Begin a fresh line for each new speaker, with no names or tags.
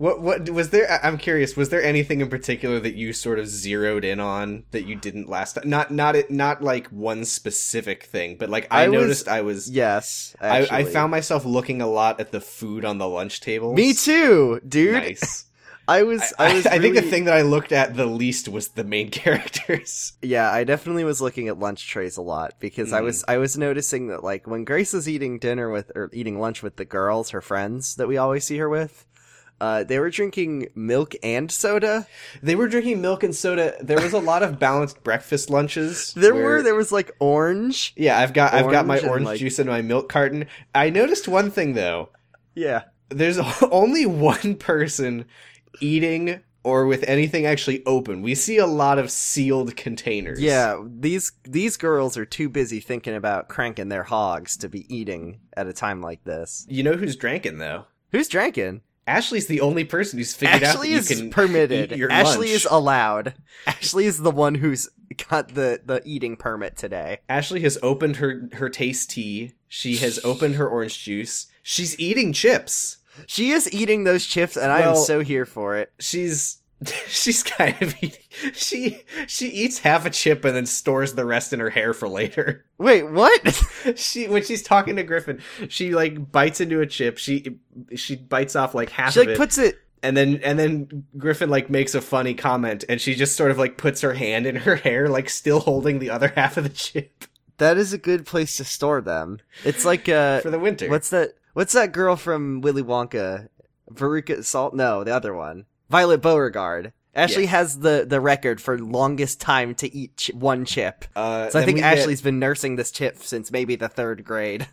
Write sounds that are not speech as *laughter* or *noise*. What what was there? I- I'm curious. Was there anything in particular that you sort of zeroed in on that you didn't last? ti- Not not it not like one specific thing, but like I,
I was-
noticed I was
Yes,
I, I
actually.
found myself looking a lot at the food on the lunch table.
me too, dude.
*laughs* Nice.
I was
I,
I
*laughs*
was
I think the
really-
thing that I looked at the least was the main *laughs* characters.
Yeah, I definitely was looking at lunch trays a lot because I was
Mm.
I was noticing that like when Grace is eating dinner with or eating lunch with the girls, her friends that we always see her with, uh, they were drinking milk and soda.
They were drinking milk and soda. There was a lot of balanced breakfast lunches.
There
where-
were there was like orange.
Yeah, I've got I've got my
Orange and,
orange
like-
juice in my milk carton. I noticed one thing though.
Yeah,
There's *laughs* only one person eating or with anything actually open. We see a lot of sealed containers.
yeah. These these girls are too busy thinking about cranking their hogs to be eating at a time like this.
You know who's drinking though?
Who's drinking?
Ashley's the only person who's figured
Ashley
out that you
is
can
permitted.
eat your
Ashley
lunch.
is
*laughs*
allowed. Ashley is the one who's got the the eating permit today.
Ashley has opened her her taste tea. She has opened her orange juice. She's eating chips.
She is eating those chips, and I am
Well-
so here for it.
She's *laughs* she's kind of eating. *laughs* She she eats half a chip and then stores the rest in her hair for later.
Wait, what?
*laughs* She when she's talking to Griffin, she like bites into a chip. She she bites off like half
*laughs* she
of
like
it,
puts it.
and then and then Griffin like makes a funny comment, and she just sort of like puts her hand in her hair, like still holding the other *laughs* half of the chip
That is a good place to store them. It's like uh,
for the winter.
what's that? What's that girl from Willy Wonka? Veruca Salt? No, the other one, Violet Beauregard. Ashley
Yes.
has the the record for longest time to eat ch- one chip.
uh,
So I
then
think
we get-
Ashley's been nursing this chip since maybe the third grade.